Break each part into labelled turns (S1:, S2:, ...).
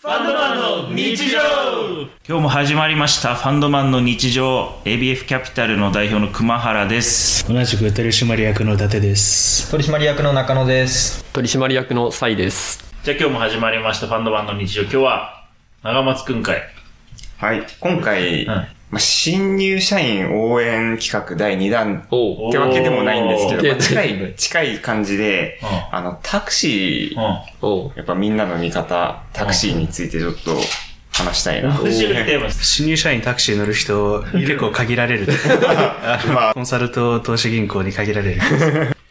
S1: ファンドマンの日常
S2: 今日も始まりましたファンドマンの日常 ABF キャピタルの代表の熊原です
S3: 同じく取締役の伊達です
S4: 取締役の中野です
S5: 取締役のサイです
S2: じゃあ今日も始まりましたファンドマンの日常今日は長松くん会
S1: はい、今回、
S2: ん
S1: まあ新入社員応援企画第2弾
S5: お
S1: ってわけでもないんですけ
S5: おー
S1: ど、まあ近い、近い感じで、あの、タクシー、
S5: お
S1: やっぱみんなの味方、タクシーについてちょっと話したいな。
S2: 面白いテーマです
S3: 新入社員タクシー乗る人結構限られる
S1: まあ
S3: コンサルと投資銀行に限ら れる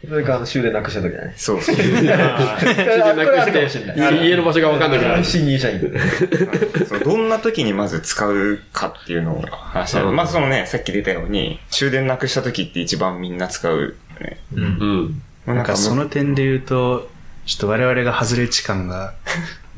S4: それかあの終電なくした時だね
S1: そうそう。
S4: これ
S5: な
S4: あるか
S5: く
S4: もし
S5: し
S4: れ
S5: て
S4: ない
S5: 家の場所が分かんなくなる
S4: 新入社員
S1: そうどんな時にまず使うかっていうのを話したい。まあそのね、さっき出たように、終電なくした時って一番みんな使うよね。
S5: うん
S3: な
S1: なん
S3: かその点で言うとちょっと我々が外れ値感が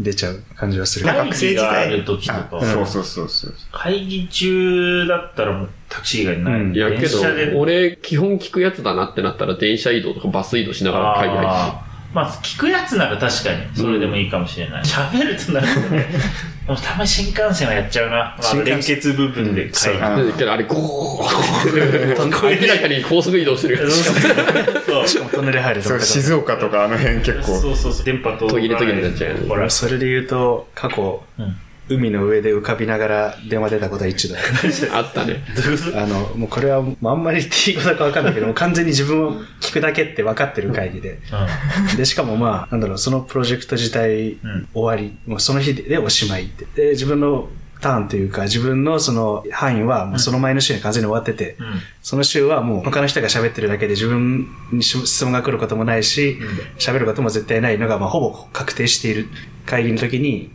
S3: 出ちゃう感じは する
S1: なんか
S2: 会議がある時とか
S1: あそうそうそうそう。
S2: 会議中だったらもうタクシー以外ない、
S3: うん
S5: いやけ
S2: 電
S5: ど
S2: 車で、
S5: 俺、基本聞くやつだなってなったら、電車移動とかバス移動しながら会議入って
S2: あーまあ聞くやつなら確かにそれでもいいかもしれない喋、るとなるとね でもたまに新幹線はやっちゃうな、まあ、
S3: 新幹
S2: 連
S3: 線
S2: 結部分で会議、
S1: あ
S5: る。けど、あれ、ゴー明らかに高速移動してるから。
S2: そう
S3: しかもトンネル入ると
S1: そう、静岡とかあの辺結構。
S2: そうそうそう、電波と。
S5: 途切れ途切れになっちゃうよね
S2: ほら、
S3: それで言うと過去、
S2: うん
S3: 海の上で浮かびながら電話出たことは一度
S5: あったね。
S3: あのもうこれはもうあんまり言っていいことか分かんないけどもう完全に自分を聞くだけって分かってる会議でで、しかもまあ、なんだろう、そのプロジェクト自体
S2: ん
S3: 終わり、もうその日ででおしまいって。で、自分のターンというか、自分のその範囲はもうその前の週に完全に終わってて、
S2: うん。うん。
S3: その週はもう他の人が喋ってるだけで自分に質問が来ることもないし、喋ることも絶対ないのが、まあ、ほぼ確定している会議の時に、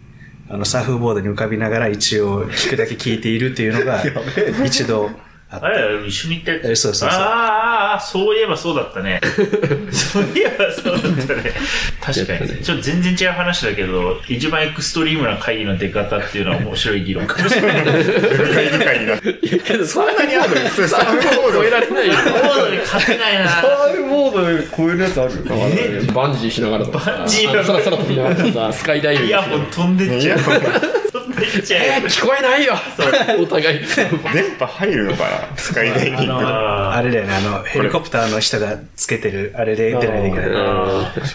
S3: あの、サーフボードに浮かびながら一応聞くだけ聞いているっていう のが、一度あっ
S2: あれ一緒に行ったやつ
S3: えそうそうそう
S2: ああああ、そういえばそうだった ね。そういえばそうだったね。確かに。ちょっと全然違う話だけど、一番エクストリームな会議の出方っていうのは面白い議論かもしれない。
S1: 深い深いになって。
S5: けど、そんなに
S1: あるそ れサーフボード
S5: 超えられないよ。
S2: ボードに勝てないな。
S4: あれモード超えるやつある
S5: バンジーしながらとかさ。
S2: バンジー
S5: あの空空飛びながら さ、スカイダイビン
S2: イ
S5: グしな
S2: ヤ
S5: が
S2: ホ
S5: ら
S2: ン飛んでっ
S1: い
S2: ちゃ
S1: や、
S2: う。飛んでっちゃう。
S5: 聞こえ ないよお互い。
S1: 電波入るのかなスカイダイビング。
S2: あ
S3: あれだよね、あの、ヘリコプターの人がつけてる、あれで出ないといけない。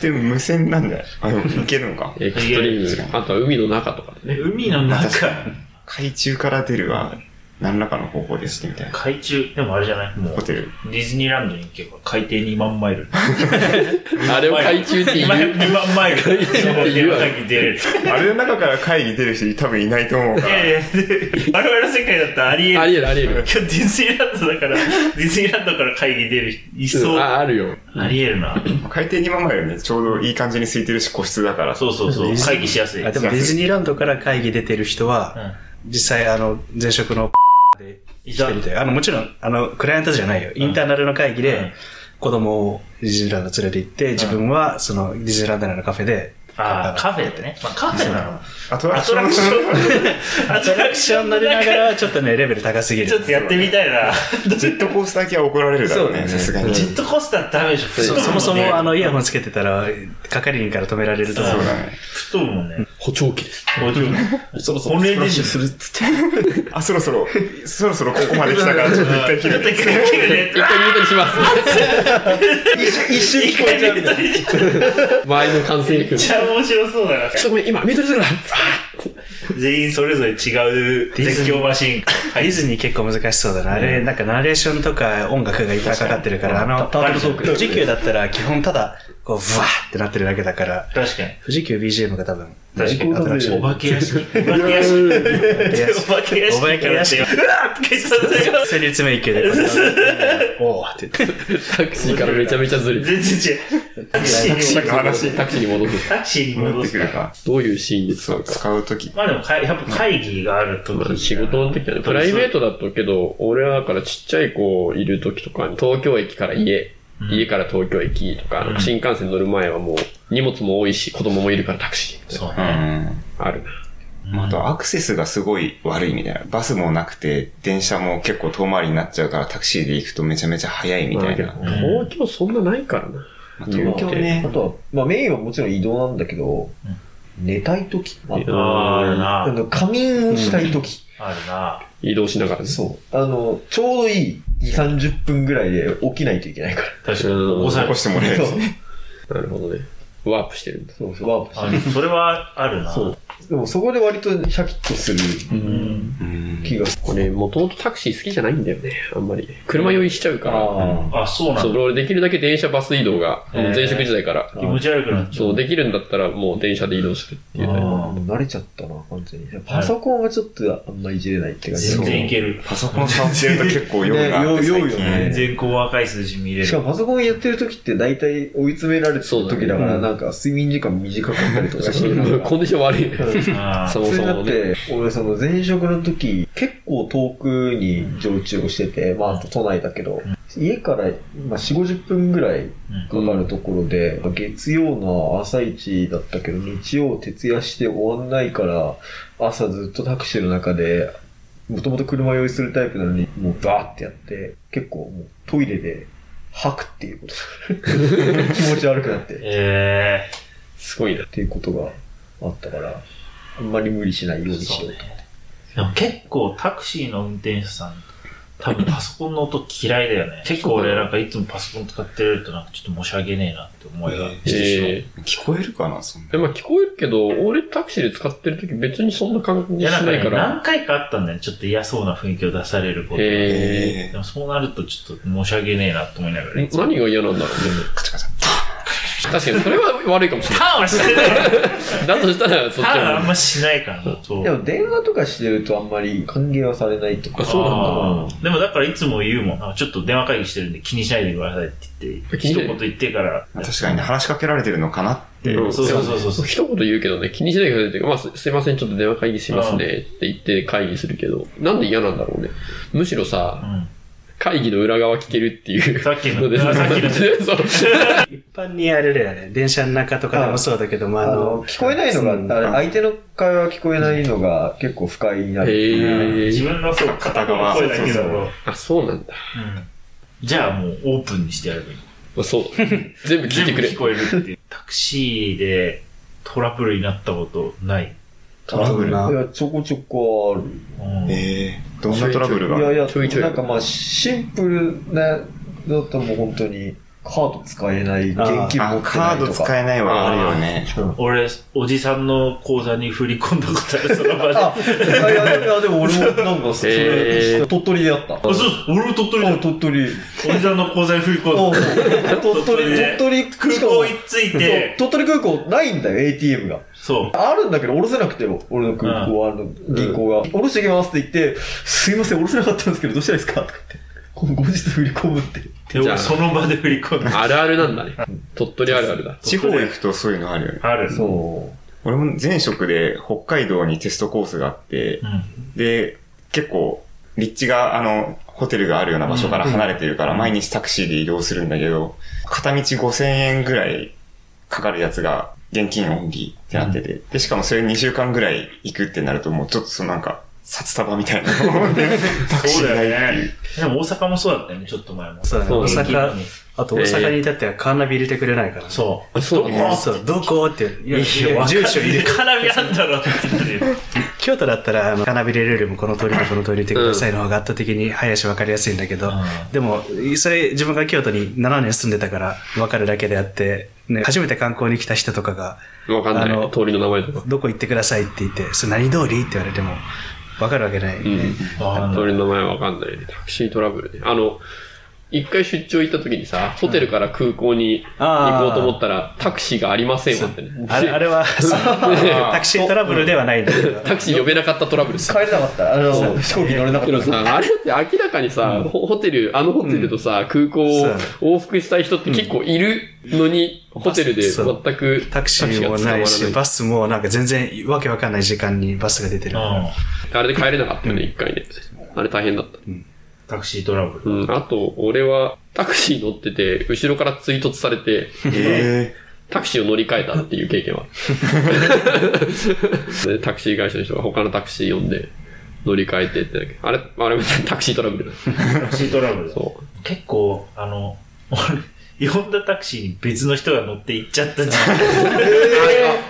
S1: でも無線なんだよ。あ、でもいけるのか。
S5: エクストリーム。あとは海の中とかでね。
S2: 海の中、
S1: 海中から出るは何らかの方法ですみたいな。
S2: 海中、でもあれじゃないもう
S1: ホ、テル。
S2: ディズニーランドに行けば海底2万マイル。
S5: あれを海中って
S2: 2
S5: 言
S2: 万
S5: う。
S2: マイル。海
S5: 中って言うわ
S2: 出れる。
S1: あれの中から会議出る人多分いないと思うか
S2: い
S1: ら。
S2: やいや、我々の世界だったらありえ
S5: あ
S2: る。
S5: りえるありえる
S2: 今。日ディズニーランドだから、ディズニーランドから会議出る人いそう。あ
S5: あ、あるよ。
S2: りえるな。
S1: 海底に ままよね、ちょうどいい感じに空いてるし個室だから。
S2: そうそうそ
S3: デ
S2: う。
S3: ィズニー
S2: 会議しやすい。
S3: あでもディズニーランドから会議出てる人は、実際あの前職ので
S2: い
S3: 来て
S2: た
S3: るみたいあのもちろんあのクライアントじゃないよインターナルの会議
S2: うん
S3: で子供をディズニーランド連れて行って自分はそのディズニーランド内のカフェで
S2: あーカフェでね。まあカフェなの。
S1: アトラ
S2: ア
S1: クシ
S2: ト
S1: ョン
S2: ラクション。アト
S3: アトラクション乗りながらちょっとねレベル高すぎる
S2: ちょっとやってみたいな。
S1: ジェットコースター系は怒られるだろうね、さすがに。
S2: ジェットコースターダメでしょ。吹っ
S3: そ
S2: 飛ぶ
S3: そもそ
S2: んね
S3: もあ、のイヤホンつけてたら係員から止められると思う
S1: そうだね。
S2: 吹っ飛ぶもんね。
S5: 補聴器です。
S2: もちろん。そろそろ。本音でしょ。
S1: るっつって。あ、そろそろ、そろそろここまで来たから、ちょっと一回切る。
S2: 絶対切るね
S5: 一回ミュートにし ます。
S4: 一瞬聞こえちゃうみたいな
S5: 周りの歓声に来る。
S2: めっ
S5: ち
S2: ちゃ面白そうだな。
S5: ょっとごめん、今、ミュートにするから。
S2: 全員それぞれ違う絶叫マシン。
S3: ディズニー結構難しそうだな。あれ、なんかナレーションとか音楽がいっぱいかかってるから、あの、
S2: タートルトーク
S3: 富士急だったら基本ただ、こう、ブワーってなってるだけだから、
S2: 確かに。
S3: 富士急 BGM が多分、
S2: 確かに。
S3: アトラクション
S2: お化け屋敷。お化け屋敷。お化け屋敷。
S3: お化け屋敷
S2: うわーって消したんだよ
S3: 戦列迷宮で、おおって言って、
S5: タクシーからめちゃめちゃずれて。
S2: 全然違う。タクシーに戻る。
S1: 話
S5: タクシーに戻って。
S2: タクシーに
S1: 戻
S2: 戻
S1: って
S2: す
S1: くるか。
S5: どういうシーンで使
S1: そうう、
S5: か。
S1: 使うとき。
S2: まあでもかい、やっぱ会議があるとき。
S5: 仕事の時はね、プライベートだとけど、俺はだからちっちゃい子いる時とかに、東京駅から家、家から東京駅とか、新幹線乗る前はもう、荷物も多いし、子供もいるからタクシーみたいな。
S2: そう
S1: う
S2: ね。
S1: ん。
S5: あるな。
S1: あと、アクセスがすごい悪いみたいな。バスもなくて、電車も結構遠回りになっちゃうから、タクシーで行くとめちゃめちゃ早いみたいな。
S5: まあけど東京そんなないからな。
S1: まあ東京
S4: あ
S1: ね。
S4: とは、まあメインはもちろん移動なんだけど、寝たいとき。あ
S5: いや
S2: あーある
S4: あ
S2: な。
S4: の、仮眠をしたいとき。
S2: あるな。
S5: 移動しながらね。
S4: そう。あの、ちょうどいい2、30分ぐらいで起きないといけないか
S2: 確かに。
S5: うん
S2: 起こさ
S1: 起
S2: れ
S1: こしてもらえ
S4: ら。
S1: る
S4: そう。
S5: なるほどね。ワープしてるんだ。
S4: そうそう。ワープし
S2: あそれはあるな。
S4: そうてでもそこで割とシャキッとする
S2: うん。
S4: 気がする。
S5: これ、もともとタクシー好きじゃないんだよね。あんまり。車酔いしちゃうから。
S4: あ
S2: あ、そうな
S5: そ
S2: ん
S5: う、
S2: だ。
S5: 俺できるだけ電車バス移動が、
S2: へー
S5: 前職時代から。
S2: 気持ち悪くなっちゃう。
S5: そう、できるんだったらもう電車で移動するっていう
S4: あ、
S5: ね。
S4: もう慣れちゃったな、完全に。パソコンはちょっとあんまいじれないって感じ。
S2: 全然いける。
S1: パソコン触ってると結構酔うなって
S4: ね酔う
S1: 最
S4: 酔うよ
S1: 近
S4: ね。
S2: 全然こう若い数字見れる。
S4: しかもパソコンやってる時って大体追い詰められてる時だから、
S5: そうだね
S4: なんか睡眠時間短かったりとかして
S5: そう
S4: なんか
S5: コンディション悪いね。
S2: あ
S5: そ
S4: そ
S5: も
S4: れ
S5: そ
S4: にな
S5: も
S4: っ
S5: ね。
S4: て、俺その前職の時、結構遠くに常駐をしてて、まああと都内だけど、家から、まあ、4、50分ぐらいかかるところで、月曜の朝一だったけど、日曜徹夜して終わんないから、朝ずっとタクシーの中で、もともと車用意するタイプなのに、もうバーってやって、結構もうトイレで吐くっていうこと。気持ち悪くなって。
S2: え
S5: すごいな
S4: っ。ていうことがあったから、あんまり無理しないようにしようと。
S2: ー、でも結構タクシーの運転手さん、多分パソコンの音嫌いだよね。 結構俺なんかいつもパソコン使ってるとなんかちょっと申し訳ねえなって思いがしてしまう。
S5: え
S1: 聞こえるかな、そん
S5: ー、
S1: な
S5: で。まあ聞こえるけど、俺タクシーで使ってる時別にそんな感
S2: い
S5: じし
S2: やなんか
S5: ない
S2: ね、
S5: から。
S2: 何回かあったんだよね。ちょっと嫌そうな雰囲気を出されることが。
S5: え
S2: でもそうなるとちょっと申し訳ねえなと思いながらいつ
S5: ー、
S2: も。
S5: 何が嫌なんだろうね。
S1: カチャカチャ。
S5: 確かにそれは悪いかもしれ
S2: ターンはしてない
S5: ない。だとしたらそ
S2: タ
S5: っち
S2: ーンはあ
S5: は
S2: ん。ましないからな。そう
S4: でも電話とかしてるとあんまり歓迎はされないとか。
S5: あそうなんだ
S2: あーでもだからいつも言うもん。なんかちょっと電話会議してるんで気にしないでくださいって言って、
S5: 気に
S2: 一
S5: しない
S2: 言言ってから。
S1: 確かにね、話しかけられてるのかなって。
S5: う ん
S2: そうそうそうそうそう。
S5: 一言言うけどね、気にしないでくださいっていうか、まあすすいません、ちょっと電話会議しますねって言って会議するけど、なんで嫌なんだろうね。むしろさ、会議の裏側聞けるっていう。
S2: さっきの
S5: で
S2: あさっきの
S5: そう
S3: 一般にあれだよね。電車の中とかでもそうだけども、あ
S4: あ
S3: の
S4: の、、聞こえないのが、あれ相手の会話聞こえないのが結構不快になる。
S2: うん
S5: へ
S2: 自
S5: ー。
S2: 分のそう片方の声だけだ
S1: そうそう
S2: と。
S5: あ、そうなんだ。
S2: うんじゃあもうオープンにしてやればいい。
S5: まあそう。全部聞いて
S2: 全部
S5: くれ
S2: 聞。こえるっていう。タクシーでトラブルになったことない。
S4: ト
S1: ラブル
S4: いや、ちょこちょこある。
S2: うん
S1: えー、どんなトラブルが
S4: いやいや、
S5: ちょいちょい
S4: なんかまあ、シンプルな、だともう本当に、カード使えない、現金持
S1: あ
S4: って
S1: カ
S4: ない
S1: ード
S4: とか。
S1: 使えないはあるよね。
S2: 俺、おじさんの口座に振り込んだことある、その場で。
S4: あ、いやいや、いやでも俺もなんか、そ
S5: へ
S4: れ、
S5: ー
S4: 鳥取でやった。
S2: あそう、俺も鳥取だ
S4: あ鳥取。
S2: おじさんの口座に振り込ん
S4: そう
S2: だ。
S4: そう鳥取、鳥取
S2: 空
S4: しかも
S2: 港に着いて、
S4: そう鳥取空港ないんだよ、ATM が。
S2: そう。
S4: あるんだけど、降ろせなくてよ、俺の空港、あの、銀行が。降ろしてきますって言って、すいません、降ろせなかったんですけど、どうしたらいいですかとか言って。後日振り込むって。
S2: で、
S5: じゃ
S2: 俺
S5: あ
S2: その場で振り込んだ。
S5: あるあるなんだね。鳥取あるあるだ。
S1: 地方行くとそういうのあるよね。
S2: ある。
S4: そ
S1: 俺も前職で北海道にテストコースがあって、
S2: うん。
S1: で、結構、立地が、あの、ホテルがあるような場所から離れてるから、毎日タクシーで移動するんだけど、片道5000円ぐらいかかるやつが、現金オンリーってなってて、で、しかもそれ2週間ぐらい行くってなると、もうちょっとそのなんか、札束みたいなのタクシ
S2: そう
S1: ー
S2: だ
S1: 代
S2: よね。でも大阪もそうだったよね、ちょっと前も。
S3: そうだね
S5: そう
S2: 現
S3: 大
S2: 金
S3: 阪
S2: に、
S3: あと大阪に至ってはカーナビ入れてくれないからね。
S2: そう。
S5: そう
S2: どこ
S3: そう、どこって。いや、
S2: いや、わか
S3: 住所入れて
S2: カラビあんだろって言ってるよ。
S3: 京都だったら、あのカーナビ入れるよりもこの通りとこの通り入れてくださいの方が圧倒的に早いし分かりやすいんだけど、
S2: うん
S3: でも、それ自分が京都に7年住んでたから分かるだけであって、ね、初めて観光に来た人とかが、
S5: わかん
S3: あ
S5: な
S3: の
S5: い。通りの名前とか。
S3: どこ行ってくださいって言って、それ何通りって言われても分かるわけない。
S5: うん。
S2: あ
S5: 通
S2: の
S5: りの名前わかんないね。タクシートラブルね。あの、一回出張行った時にさ、ホテルから空港に行こうと思ったら、タクシーがありませんわってね。
S3: あれ あれは、そう タクシートラブルではないんだけど。
S5: タクシー呼べなかったトラブル
S4: う。
S5: さ。
S4: 帰れなかった。あの、飛行機乗れなかっ
S5: け
S4: た
S5: ど。さ、あれって明らかにさ、ホホテル、あのホテルとさ、空港を往復したい人って結構いるのに、ホテルで全
S3: そう
S5: く
S3: タクシーもないし、
S5: タ
S3: バスもなんか全然わけわかんない時間にバスが出てるから。
S5: あれで帰れなかったよね、一回ね。あれ大変だった。
S2: タクシートラブル。
S5: うん、あと、俺は、タクシー乗ってて、後ろから追突されて、
S1: え
S5: タクシーを乗り換えたっていう経験 は。でタクシー会社の人が他のタクシー呼んで、乗り換えてってだけ。あれ、あれ、タクシートラブル。
S2: タクシートラブル。
S5: そ
S2: 結構、あの、俺、呼んだタクシーに別の人が乗って行っちゃったじゃん。
S5: う。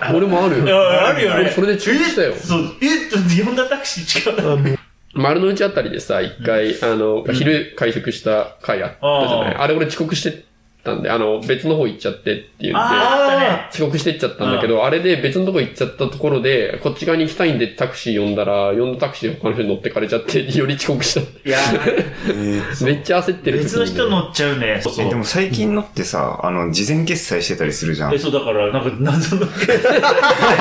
S5: あれ俺もある
S2: いやあるよね。
S5: 俺それで注意したよ
S2: えそう、え、呼んだタクシー違うな。
S5: 丸の内あたりでさ、一回、あの、昼会食した回あったじゃない。
S2: あ
S5: あれ俺遅刻してたんで、あの、別の方行っちゃってって言って、
S2: あーあったね。
S5: 遅刻してっちゃったんだけど、あれで別のとこ行っちゃったところで、こっち側に行きたいんでタクシー呼んだら、呼んだタクシーで他の人に乗ってかれちゃって、より遅刻した。
S2: いや、
S5: めっちゃ焦ってる時に。
S2: 別の人乗っちゃうね。そうそ
S1: え、
S2: う
S1: で。も最近のってさ、あの、事前決済してたりするじゃん
S2: え、。そう、だから、なんか、謎の。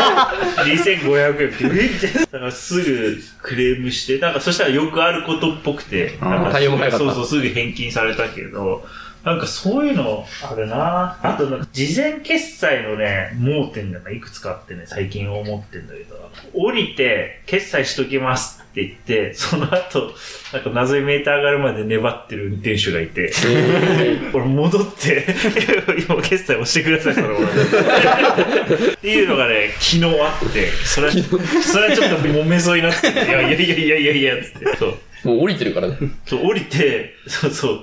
S2: 2500円って、えって。だから、すぐクレームして、なんか、そしたらよくあることっぽくて、
S1: あー
S2: なん
S5: 対応も早かった
S2: そうそう、すぐ返金されたけど、なんか、そういうの、あるなあと、なんか事前決済のね、盲点がいくつかあってね、最近思ってんだけど、降りて、決済しときますって言って、その後、なんか、謎にメーター上がるまで粘ってる運転手がいて、 俺戻って、今決済押してください、そのまま。っていうのがね、昨日あって、それは、それはちょっと揉めそうになって、いやいやいやいやいやいや、つって。そう。
S5: もう降りてるからね。
S2: そう降りて、そうそう。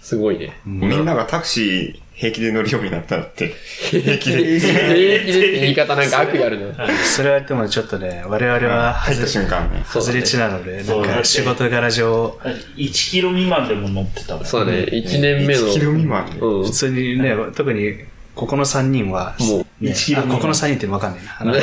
S5: すごいね。
S1: みんながタクシー平気で乗るようになったらって、平気
S5: 平
S1: で。
S5: 気でって言い方なんか悪意あるな。
S3: それはでもちょっとね、我々は
S1: 入った
S3: 外
S1: 瞬間ね。
S5: そうだ
S3: れ
S5: ね
S3: 値なので、な
S2: そ
S3: ん
S2: うだね
S3: か仕事柄上、
S2: 1キロ未満でも乗ってたもん。
S5: そうだね。1年目の。
S1: 1キロ未満で。
S5: うん
S3: 普。通にね、特にここの3人は、
S5: も
S3: ね
S2: 一キロ
S3: あここの3人って分かんないな。あのあの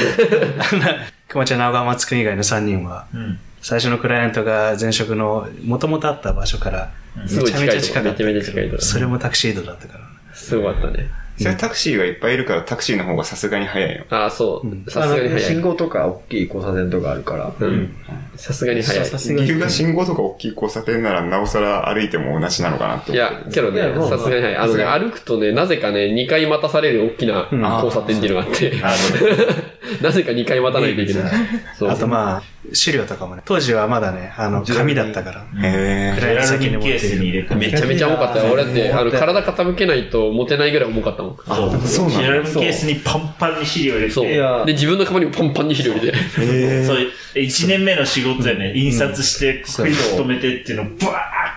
S3: 熊ちゃん、長松くん以外の3人は、
S2: うん。
S3: 最初のクライアントが前職の元々あった場所からめ
S5: すごい
S3: ちゃめちゃ
S5: 近
S3: 近
S5: い
S3: か
S5: とこ
S3: った
S5: めちゃめちゃ近いとこ
S3: それもタクシードだったから
S5: う、 すごかったね。
S1: それはタクシーがいっぱいいるからタクシーの方がさすがに早いよ。
S5: ああ、そ
S3: うん
S5: う。さすがに
S4: あの
S5: 早
S4: 信
S5: い。
S4: 号とか大きい交差点とかあるから。
S5: うん。さすがに早い。
S1: 理由が信号とか大きい交差点ならなおさら歩いても同じなのかなって
S5: い
S1: 思う。
S5: や、けどね
S4: いやま、あ
S5: さすがに早い。あのね、歩くとね、なぜかね、2回待たされる大きな
S3: うん
S5: 交差点っていうのがあって、 なぜか2回待たないといけない。そう
S3: あとまあ資料とかもね当時はまだねあの紙だったから
S1: へ
S3: ク
S1: ー
S2: ジ
S3: ラ
S2: ェ
S3: イアン
S2: ラ
S3: ト
S2: ル
S3: 先
S2: ミ
S3: に
S2: ン
S3: 持っ
S2: ケー
S3: て
S2: スに入
S3: る
S2: れた。
S5: めちゃめちゃ重かったよ。俺だって、あの、体傾けないと持てないぐらい重かったもん。
S2: そう。
S1: そうなんだ
S2: ジェラルミンケースにパンパンに資料入れて。
S5: そう。
S4: いや
S5: で、自分のカバンにパンパンに肥料入れて。
S1: へ
S2: そ
S1: ー
S2: う、1年目の仕事でね、印刷して、クイズ止めてっていうのをバー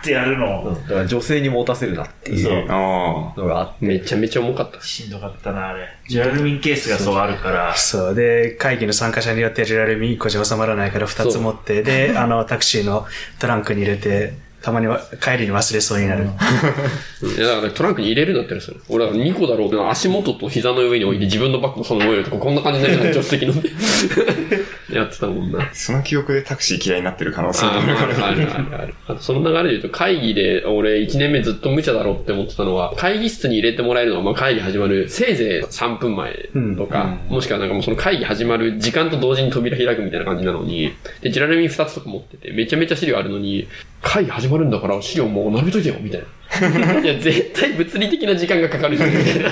S2: ってやるの、
S4: だから女性に持たせるなってい
S2: そうう
S1: あ
S4: のがあって。
S5: めちゃめちゃ重かった。
S2: しんどかったな、あれ。ジェラルミンケースがそうあるから、
S3: そうで会議の参加者によってジェラルミ1個じゃ収まらないから2つ持ってであのタクシーのトランクに入れてたまには帰りに忘れそうになる
S5: いや、だからトランクに入れるなってるそれ。俺は2個だろうけど、足元と膝の上に置いて自分のバッグもその上に置いて、こんな感じになるような助手席の。 やってたもんな。
S1: あ。その記憶でタクシー嫌いになってる可能性も
S5: あ
S1: ある
S5: ま
S1: か
S5: あ
S1: ら。
S5: あるあるある。あとその流れで言うと、会議で俺1年目ずっと無茶だろうって思ってたのは、会議室に入れてもらえるのは、まあ会議始まる、せいぜい3分前とか、もしくはなんかもうその会議始まる時間と同時に扉開くみたいな感じなのに、で、ジェラルミン2つとか持ってて、めちゃめちゃ資料あるのに、会議始まるんだから資料もう並べといてよ、み たいな。いや、絶対物理的な時間がかかるじゃん、みたいな。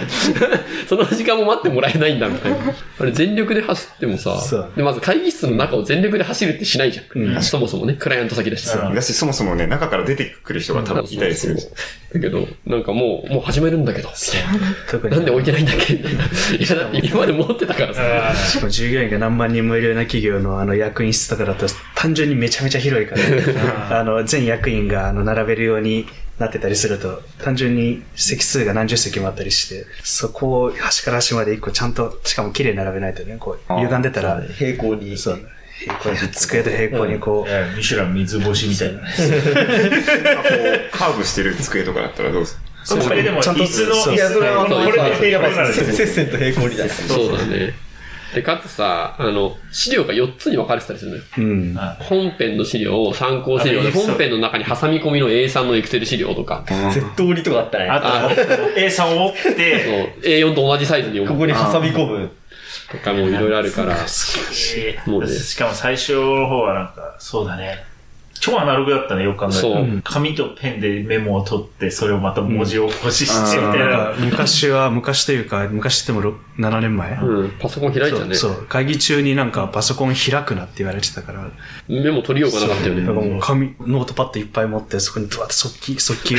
S5: その時間も待ってもらえないんだ、みたいな。あれ、全力で走ってもさ
S3: そう、
S5: で、まず会議室の中を全力で走るってしないじゃん。そもそもね、クライアント先だしさ。
S1: だし、そもそもね、中から出てくる人が多分いたりするし。
S5: だけど、なんかもう、もう始めるんだけど、みたいな
S3: 特
S5: なんで
S3: に
S5: 置いてないんだっけみたいな。いや、だって今まで持ってたからさ。
S2: あ
S3: しかも従業員が何万人もいるような企業のあの役員室とかだと単純にめちゃめちゃ広いから あの全役員があの並べるようになってたりすると単純に席数が何十席もあったりしてそこを端から端まで一個ちゃんとしかも綺麗に並べないとねこう
S1: あー
S3: 歪んでたら
S4: 平行に。
S3: そう机と平行にこう、
S2: ーミシュラン水干しみたいなね。
S1: なんかこう、カーブしてる机とかだったらどうする
S2: そうこれでも、
S3: ちゃんと
S2: 椅子の、
S3: そう
S2: 椅子の、
S5: そ
S2: こ
S5: う
S2: れで平行な
S4: せ
S2: んですよ。
S4: せっせんと平行にだよ。
S5: そうだね。で、かつさ、あの、資料が4つに分かれてたりするのよ。
S3: うん
S5: 本編の資料、参考資料
S2: あ
S5: で、
S2: いいそう
S5: 本編の中に挟み込みの A3 の Excel 資料とか、そう、
S4: 絶通りとかあったね。
S2: あと、A さんを折って、
S5: A4 と同じサイズに置
S4: こ
S5: く
S4: こに挟み込む。
S5: とかもいろいろあるから、
S2: え
S5: もうね
S2: ーしかも最初の方はなんか、そうだね。超アナログだったね、よく考えた
S5: そ
S2: ら
S5: う。
S2: 紙とペンでメモを取って、それをまた文字起こししてみたい
S1: うん
S2: な
S3: なん。か昔は昔というか昔ってもろ7年前、
S5: うん、パソコン開いちゃうね。
S3: そう会議中になんかパソコン開くなって言われてたから
S5: メモ取りようがなかったよ
S3: だから
S5: ね。
S3: もう紙、ノートパッドいっぱい持って、そこにドワッと速記、速記を。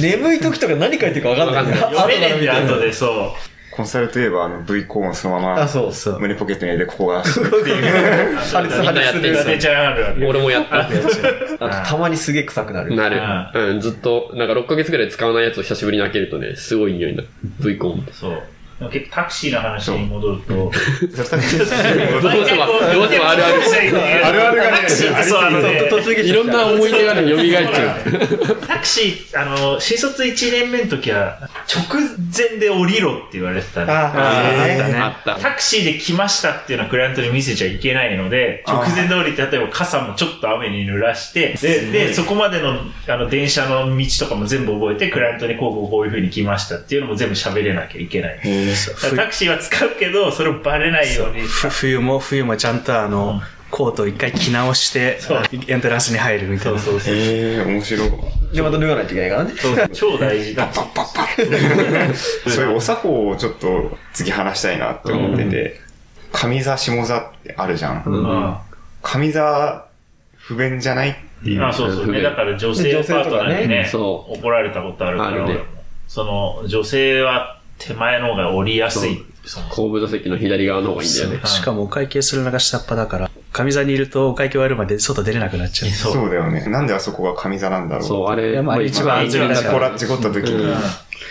S4: 眠い時とか何書いてるか分かんないんだよ。
S2: 読めねえんだよ、後で、そ
S1: コンサルといえば、あの、V コーンをそのま
S4: あ、
S1: ま、
S4: そう。
S3: そう。
S1: 胸ポケットに入れて、ここが、っていう。
S2: う。
S4: 破裂破裂す
S2: 出
S5: みんなや
S4: るや
S5: って
S4: つ
S5: る。
S2: ちゃうあるある。
S5: 俺もやった。
S4: あとたまにすげえ臭くなる。
S5: なる。うん、ずっと、なんか6ヶ月ぐらい使わないやつを久しぶりに開けるとね、すごい匂いになる。V コン。
S2: そう。でも結構タクシーの話に戻 ると、
S1: それタクシー
S5: どうしてもどうしてもあ るある
S1: あるあるがね
S2: タクシーってそうあのね
S4: 途中下車
S5: いろんな思い出がね、蘇っちゃう。
S2: タクシー、あの、新卒1年目の時は、直前で降りろって言われてたんで
S3: あ ー、あったね。
S5: あった。
S2: タクシーで来ましたっていうのはクライアントに見せちゃいけないので、
S1: あー
S2: 直前通りって、例えば傘もちょっと雨に濡らして、で、で、そこまでの、あの、電車の道とかも全部覚えて、クライアントにこうこうこういう風に来ましたっていうのも全部喋れなきゃいけない。
S1: へー
S2: だからタクシーは使うけど、それをバレないように。
S3: ふ冬も冬もちゃんとあの、コートを一回着直して
S2: そう、
S3: エントランスに入るみた
S2: そ
S3: い
S2: う
S3: な。
S2: そうそう。
S1: ええ面白い。
S4: で、また脱がないといけないからね。
S2: 超大事だ。
S1: そういうお作法をちょっと次話したいなって思ってて、上座、下座ってあるじゃん。
S2: うん
S1: 上座、不便じゃないっていう。
S2: あそうそうね。
S5: うん
S2: だから女性パートナーに
S4: 女性とか
S2: ね、
S5: ねそ
S2: 怒られたことあるけ
S5: あ
S2: ど、
S5: るね
S2: その女性は手前の方が降りやすい。その
S5: 後部座席の左側の方がいいんだよね。
S3: しかもお会計するのが下っ端だから、上座にいるとお会計終わるまで外出れなくなっちゃう。
S2: そう
S1: そうだよね。なんであそこが上座なんだろう。
S5: そう、あ
S3: い
S5: れ、
S3: やまあ
S5: まあ
S3: 一番
S1: 事
S3: 安全だ
S1: 故
S3: から
S1: 事故った時に。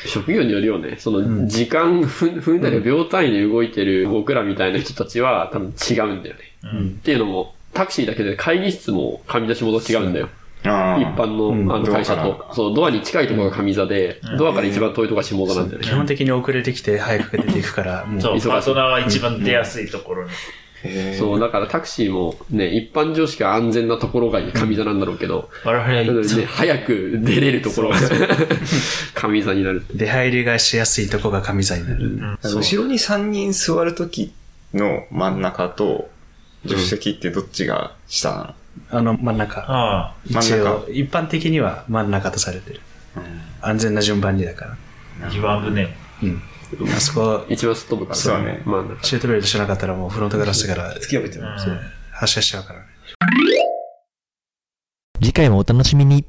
S5: 職業によるよね。その、時間、ふん、踏んだり秒単位で動いてる僕らみたいな人たちは多分違うんだよね。
S2: うん
S5: っていうのも、タクシーだけで会議室も上出しも違うんだよ。
S1: ああ
S5: 一般
S3: うん
S5: のあの会社
S1: ドアか
S5: と。
S1: ら
S5: そう、ドアに近いところが上座で、ドアから一番遠いところが下座なんだよね
S3: 基。本的に遅れてきて早く出ていくから、もう。
S2: そう、
S5: 忙しい
S2: パートナーは一番出やすいところに。
S1: へー
S5: そう、だからタクシーもね、一般乗車が安全なところが上座なんだろうけど、
S2: 我々は
S5: なの
S2: い
S5: で
S2: つも
S5: ね、早く出れるところが 上座になる。
S3: 出入りがしやすいとこが上座になる。
S1: あの後ろに3人座る時の真ん中と、助手席ってどっちが下なの、
S3: あの、真ん中。
S2: あ
S3: 一
S1: 真ん
S3: 応
S1: 中、
S3: 一般的には真ん中とされてる。安全な順番にだから。
S2: あ、一番危ねえ。
S3: うん。あそこ、
S5: 一番すっ飛ぶから。
S1: そうね
S5: まあなんか
S3: シートベルトしなかったらもうフロントガラスから
S4: 突き破ってる
S2: うん
S3: 発射しちゃうからね。
S6: 次回もお楽しみに。